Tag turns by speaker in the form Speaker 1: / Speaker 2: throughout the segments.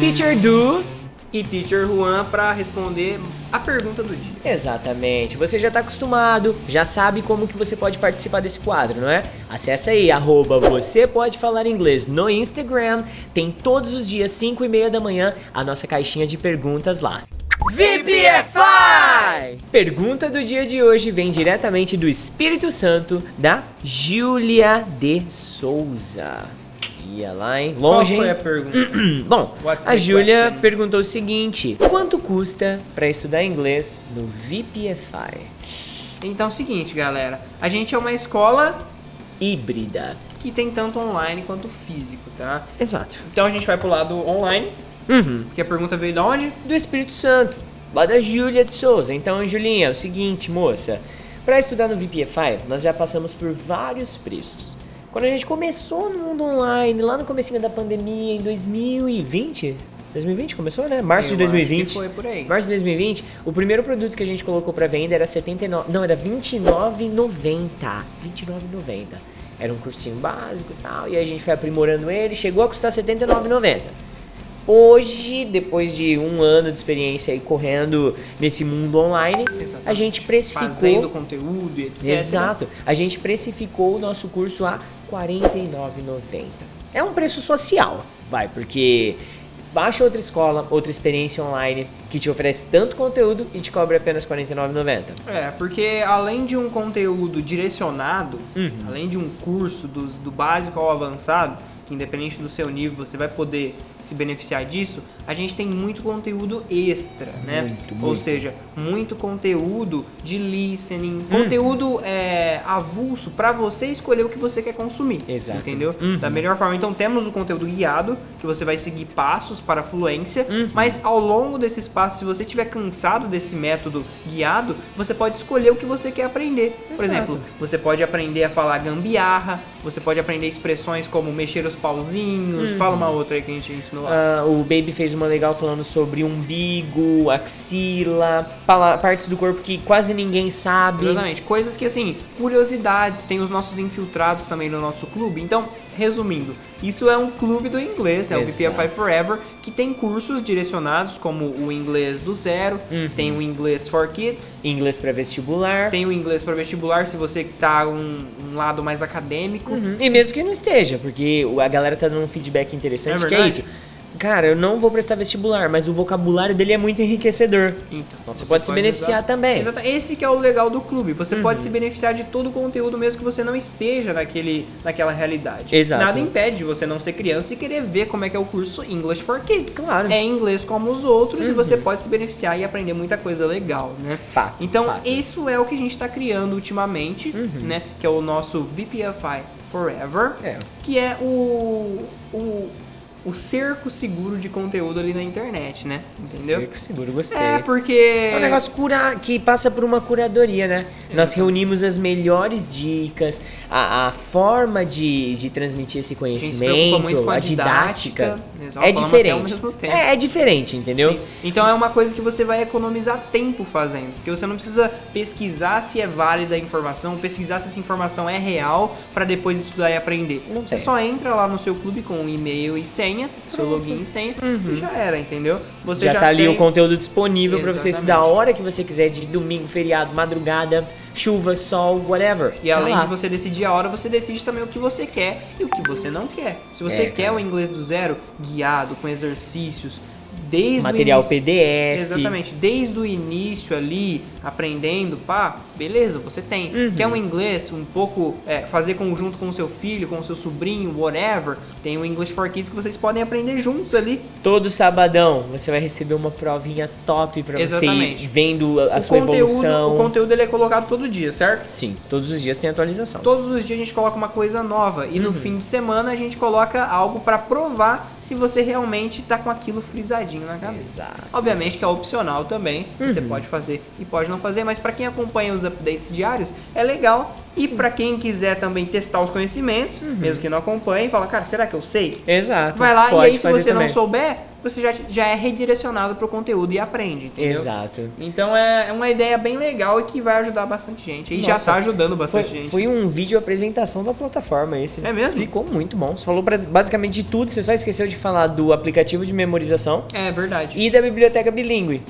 Speaker 1: Teacher Du e Teacher Juan para responder a pergunta do dia.
Speaker 2: Exatamente. Você já está acostumado, já sabe como que você pode participar desse quadro, não é? Acesse aí, arroba você pode falar inglês no Instagram. Tem todos os dias, 5 e meia da manhã, a nossa caixinha de perguntas lá.
Speaker 1: VPFI!
Speaker 2: Pergunta do dia de hoje vem diretamente do Espírito Santo, da Júlia de Souza. Ia lá, hein?
Speaker 1: Qual
Speaker 2: Longe,
Speaker 1: foi a
Speaker 2: hein?
Speaker 1: pergunta?
Speaker 2: Bom,
Speaker 1: What's
Speaker 2: a
Speaker 1: the
Speaker 2: Júlia
Speaker 1: question?
Speaker 2: perguntou o seguinte: quanto custa para estudar inglês no VPFI?
Speaker 1: Então é o seguinte, galera. A gente é uma escola
Speaker 2: Híbrida.
Speaker 1: que tem tanto online quanto físico, tá?
Speaker 2: Exato.
Speaker 1: Então a gente vai pro lado online,
Speaker 2: Uhum.
Speaker 1: porque a pergunta veio de onde?
Speaker 2: Do Espírito Santo, lá da Júlia de Souza. Então, Julinha, é o seguinte, moça. Para estudar no VPFI, nós já passamos por vários preços. Quando a gente começou no mundo online, lá no comecinho da pandemia, em 2020... 2020 começou, né? Março de
Speaker 1: Eu acho
Speaker 2: 2020.
Speaker 1: que foi por aí.
Speaker 2: Março de 2020, o primeiro produto que a gente colocou pra venda era 79, não, era 29,90. 29,90. Era um cursinho básico e tal, e a gente foi aprimorando ele, chegou a custar 79,90. Hoje, depois de um ano de experiência aí correndo nesse mundo online, a
Speaker 1: Exatamente.
Speaker 2: gente precificou
Speaker 1: Fazendo conteúdo e etc.
Speaker 2: Exato. A gente precificou o nosso curso a R$ 49,90. É um preço social, vai, porque baixa outra escola, outra experiência online que te oferece tanto conteúdo e te cobra apenas R$ 49,90.
Speaker 1: É, porque além de um conteúdo direcionado,
Speaker 2: Uhum.
Speaker 1: além de um curso do, do básico ao avançado, que independente do seu nível você vai poder se beneficiar disso, a gente tem muito conteúdo extra, né?
Speaker 2: Muito,
Speaker 1: Ou
Speaker 2: muito.
Speaker 1: seja, muito conteúdo de listening, conteúdo
Speaker 2: Uhum.
Speaker 1: é, avulso pra você escolher o que você quer consumir.
Speaker 2: Exato.
Speaker 1: Entendeu?
Speaker 2: Uhum.
Speaker 1: Da melhor forma. Então temos o conteúdo guiado, que você vai seguir passos para a fluência,
Speaker 2: Uhum.
Speaker 1: mas ao longo desses passos, se você tiver cansado desse método guiado, você pode escolher o que você quer aprender. Por
Speaker 2: Exato.
Speaker 1: exemplo, você pode aprender a falar gambiarra, você pode aprender expressões como mexer os pauzinhos,
Speaker 2: Uhum.
Speaker 1: fala uma outra aí que a gente ensinou lá.
Speaker 2: Ah, o Baby fez uma legal falando sobre umbigo, axila, pala- partes do corpo que quase ninguém sabe.
Speaker 1: Exatamente. Coisas que, assim, curiosidades, tem os nossos infiltrados também no nosso clube. Então, resumindo, isso é um clube do inglês, né? O
Speaker 2: Exato.
Speaker 1: VPFI Forever, que tem cursos direcionados como o inglês do zero,
Speaker 2: Uhum.
Speaker 1: tem o inglês for kids,
Speaker 2: Inglês para vestibular.
Speaker 1: tem o inglês para vestibular se você tá um, um lado mais acadêmico.
Speaker 2: Uhum. E mesmo que não esteja, porque o- a galera tá dando um feedback
Speaker 1: É
Speaker 2: interessante, que é
Speaker 1: verdade?
Speaker 2: isso. Cara, eu não vou prestar vestibular, mas o vocabulário dele é muito enriquecedor.
Speaker 1: Então,
Speaker 2: Você, pode, se beneficiar
Speaker 1: usar-
Speaker 2: também.
Speaker 1: Exato. Esse que é o legal do clube. Você
Speaker 2: Uhum.
Speaker 1: pode se beneficiar de todo o conteúdo mesmo que você não esteja naquele, naquela realidade.
Speaker 2: Exato.
Speaker 1: Nada impede de você não ser criança e querer ver como é que é o curso English for Kids.
Speaker 2: Claro. Uhum.
Speaker 1: É inglês como os outros e você pode se beneficiar e aprender muita coisa legal, né?
Speaker 2: É Fato.
Speaker 1: Então,
Speaker 2: fato. Uhum.
Speaker 1: isso é o que a gente está criando ultimamente, né? Que é o nosso VPFI Forever,
Speaker 2: É.
Speaker 1: que é o, o, o cerco seguro de conteúdo ali na internet, né? Entendeu?
Speaker 2: Cerco seguro, gostei.
Speaker 1: É, porque.
Speaker 2: É um negócio cura... que passa por uma curadoria,
Speaker 1: É
Speaker 2: né? Nós reunimos as melhores dicas, a, a forma de, de transmitir esse
Speaker 1: se
Speaker 2: conhecimento,
Speaker 1: preocupa muito com a
Speaker 2: didática.
Speaker 1: didática.
Speaker 2: É
Speaker 1: Nós falamos até ao
Speaker 2: diferente.
Speaker 1: mesmo tempo.
Speaker 2: É, é diferente, entendeu?
Speaker 1: Sim. Então é uma coisa que você vai economizar tempo fazendo. Porque você não precisa pesquisar se é válida a informação, pesquisar se essa informação é real pra depois estudar e aprender.
Speaker 2: Não
Speaker 1: você
Speaker 2: tem.
Speaker 1: só entra lá no seu clube com o e-mail e senha, seu login e senha, e já era, entendeu? Você
Speaker 2: Uhum. já, tá ali o
Speaker 1: tem-
Speaker 2: conteúdo disponível pra você
Speaker 1: Exatamente.
Speaker 2: estudar a hora que você quiser, de domingo, feriado, madrugada, chuva, sol, whatever.
Speaker 1: E
Speaker 2: Tá
Speaker 1: além
Speaker 2: lá.
Speaker 1: de você decidir a hora, você decide também o que você quer e o que você não quer. Se você
Speaker 2: É,
Speaker 1: quer o inglês do zero, guiado, com exercícios, desde o
Speaker 2: material
Speaker 1: início-
Speaker 2: PDF.
Speaker 1: Exatamente, desde o início ali, aprendendo, pá, beleza, você tem.
Speaker 2: Uhum.
Speaker 1: Quer um inglês um pouco, é, fazer conjunto com o seu filho, com o seu sobrinho, whatever, tem o English for Kids que vocês podem aprender juntos ali.
Speaker 2: Todo sabadão você vai receber uma provinha top pra você
Speaker 1: Exatamente.
Speaker 2: ir vendo a, a
Speaker 1: o,
Speaker 2: sua
Speaker 1: conteúdo,
Speaker 2: evolução.
Speaker 1: o conteúdo ele é colocado todo dia, certo?
Speaker 2: Sim, todos os dias tem atualização.
Speaker 1: Todos os dias a gente coloca uma coisa nova e
Speaker 2: Uhum.
Speaker 1: no fim de semana a gente coloca algo pra provar se você realmente tá com aquilo frisadinho na cabeça.
Speaker 2: Exato,
Speaker 1: Obviamente que é Uhum. opcional também, você pode fazer e pode não fazer, mas pra quem acompanha os updates diários, é legal E para quem quiser também testar os conhecimentos, mesmo que não acompanhe, fala, cara, será que eu sei?
Speaker 2: Exato.
Speaker 1: Uhum. Vai lá
Speaker 2: pode
Speaker 1: e aí se
Speaker 2: fazer
Speaker 1: você
Speaker 2: também.
Speaker 1: não souber, você já, já é redirecionado pro conteúdo e aprende, entendeu?
Speaker 2: Exato.
Speaker 1: Então é, é uma ideia bem legal e que vai ajudar bastante gente. E já
Speaker 2: Nossa.
Speaker 1: tá
Speaker 2: Foi,
Speaker 1: ajudando bastante gente.
Speaker 2: foi um vídeo apresentação da plataforma esse. né?
Speaker 1: É mesmo?
Speaker 2: Ficou muito bom. Você falou pra- basicamente de tudo, você só esqueceu de falar do aplicativo de memorização
Speaker 1: É verdade.
Speaker 2: e da biblioteca bilíngue.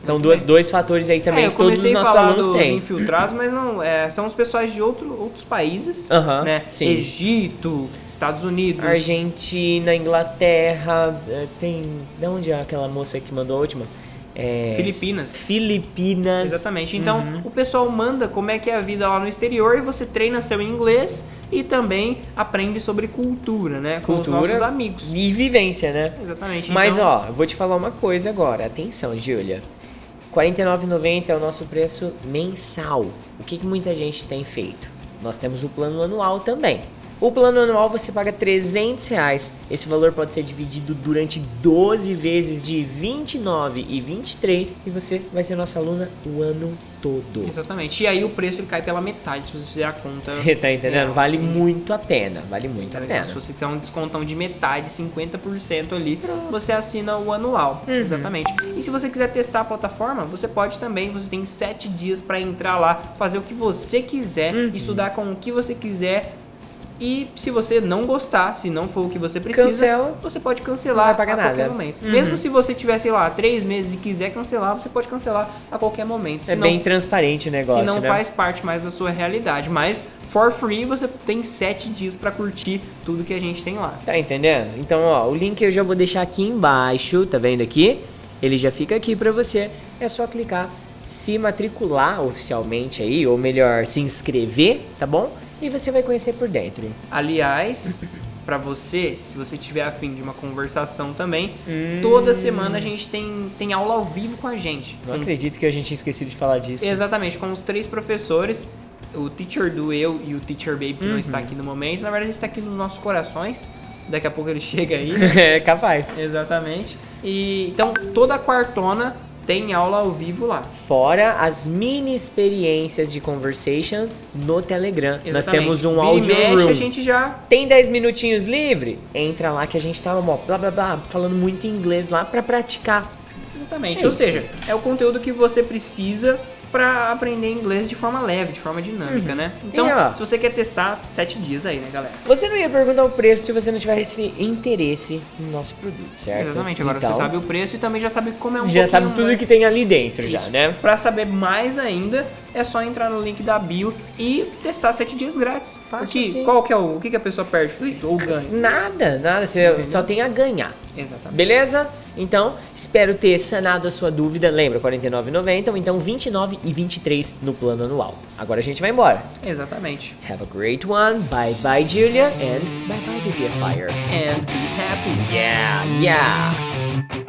Speaker 2: São
Speaker 1: Muito
Speaker 2: duas-
Speaker 1: bem.
Speaker 2: dois fatores aí também
Speaker 1: é, eu
Speaker 2: que todos os
Speaker 1: comecei a
Speaker 2: nossos
Speaker 1: falar
Speaker 2: alunos
Speaker 1: dos
Speaker 2: têm.
Speaker 1: infiltrados, mas não, é, são os pessoais de outro, outros países,
Speaker 2: Aham,
Speaker 1: né?
Speaker 2: sim.
Speaker 1: Egito, Estados Unidos.
Speaker 2: Argentina, Inglaterra, eh, tem. De onde é aquela moça que mandou a última? É,
Speaker 1: Filipinas.
Speaker 2: Filipinas.
Speaker 1: Exatamente. Então,
Speaker 2: Uhum.
Speaker 1: o pessoal manda como é que é a vida lá no exterior e você treina seu inglês e também aprende sobre cultura, né? Com
Speaker 2: Cultura.
Speaker 1: os nossos amigos.
Speaker 2: E vivência, né?
Speaker 1: Exatamente.
Speaker 2: Mas
Speaker 1: então,
Speaker 2: ó, eu vou te falar uma coisa agora. Atenção, Júlia. R$ 49,90 é o nosso preço mensal. O que, que muita gente tem feito? Nós temos o plano anual também. O plano anual você paga R$ 300 reais. Esse valor pode ser dividido durante 12 vezes de 29 e 23 e você vai ser nossa aluna o ano todo.
Speaker 1: Exatamente. E aí o preço ele cai pela metade, se você fizer a conta.
Speaker 2: Você tá entendendo?
Speaker 1: É.
Speaker 2: Vale muito a pena. Vale muito a
Speaker 1: Então,
Speaker 2: pena.
Speaker 1: Se você quiser um descontão de metade, 50% ali, você assina o anual.
Speaker 2: Uhum.
Speaker 1: Exatamente. E se você quiser testar a plataforma, você pode também. Você tem sete dias para entrar lá, fazer o que você quiser,
Speaker 2: Uhum.
Speaker 1: estudar com o que você quiser. E se você não gostar, se não for o que você precisa,
Speaker 2: Cancela.
Speaker 1: você pode
Speaker 2: Não
Speaker 1: cancelar
Speaker 2: vai pagar
Speaker 1: a qualquer
Speaker 2: nada. Uhum.
Speaker 1: momento. Mesmo se você tiver, sei lá, três meses e quiser cancelar, você pode cancelar a qualquer momento.
Speaker 2: É
Speaker 1: Se não-
Speaker 2: bem transparente o negócio,
Speaker 1: se não
Speaker 2: né?
Speaker 1: faz parte mais da sua realidade. Mas for free você tem sete dias pra curtir tudo que a gente tem lá.
Speaker 2: Tá entendendo? Então, ó, o link eu já vou deixar aqui embaixo, tá vendo aqui? Ele já fica aqui pra você. É só clicar, se matricular oficialmente aí, ou melhor, se inscrever, tá bom? E você vai conhecer por dentro.
Speaker 1: Aliás, pra você, se você tiver afim de uma conversação também,
Speaker 2: Hum.
Speaker 1: toda semana a gente tem, tem aula ao vivo com a gente.
Speaker 2: Não
Speaker 1: Com-
Speaker 2: acredito que a gente tinha esquecido de falar disso.
Speaker 1: Exatamente, com os três professores. O teacher do eu e o teacher baby que não
Speaker 2: Uhum.
Speaker 1: está aqui no momento. Na verdade, ele está aqui nos nossos corações. Daqui a pouco ele chega aí.
Speaker 2: é capaz.
Speaker 1: Exatamente. E então toda quartona tem aula ao vivo lá.
Speaker 2: Fora as mini experiências de conversation no Telegram. Nós
Speaker 1: Exatamente.
Speaker 2: temos um
Speaker 1: Vira e
Speaker 2: audio
Speaker 1: mexe,
Speaker 2: room.
Speaker 1: a gente já.
Speaker 2: Tem 10 minutinhos livre? Entra lá que a gente tá, ó, blá blá blá, falando muito inglês lá pra praticar.
Speaker 1: Exatamente.
Speaker 2: É
Speaker 1: Ou
Speaker 2: isso.
Speaker 1: seja, é o conteúdo que você precisa pra aprender inglês de forma leve, de forma dinâmica, né? Então,
Speaker 2: Uhum. E, ó.
Speaker 1: se você quer testar, sete dias aí, né, galera?
Speaker 2: Você não ia perguntar o preço se você não tivesse interesse no nosso produto, certo?
Speaker 1: Exatamente. Agora
Speaker 2: Então,
Speaker 1: você sabe o preço e também já sabe como é um
Speaker 2: Já
Speaker 1: pouquinho
Speaker 2: sabe tudo
Speaker 1: mais.
Speaker 2: que tem ali dentro, já,
Speaker 1: Isso.
Speaker 2: né?
Speaker 1: Pra saber mais ainda, é só entrar no link da bio e testar sete dias grátis.
Speaker 2: Fácil
Speaker 1: Porque
Speaker 2: assim.
Speaker 1: Qual que é o, o que, que a pessoa perde? Ou ganha.
Speaker 2: Nada, nada, você só tem a ganhar.
Speaker 1: Exatamente.
Speaker 2: Beleza? Então, espero ter sanado a sua dúvida. Lembra, R$ 49,90 ou então 29 e 23 no plano anual. Agora a gente vai embora.
Speaker 1: Exatamente.
Speaker 2: Have a great one. Bye bye, Julia. And bye bye, Fire.
Speaker 1: And be happy.
Speaker 2: Yeah, yeah.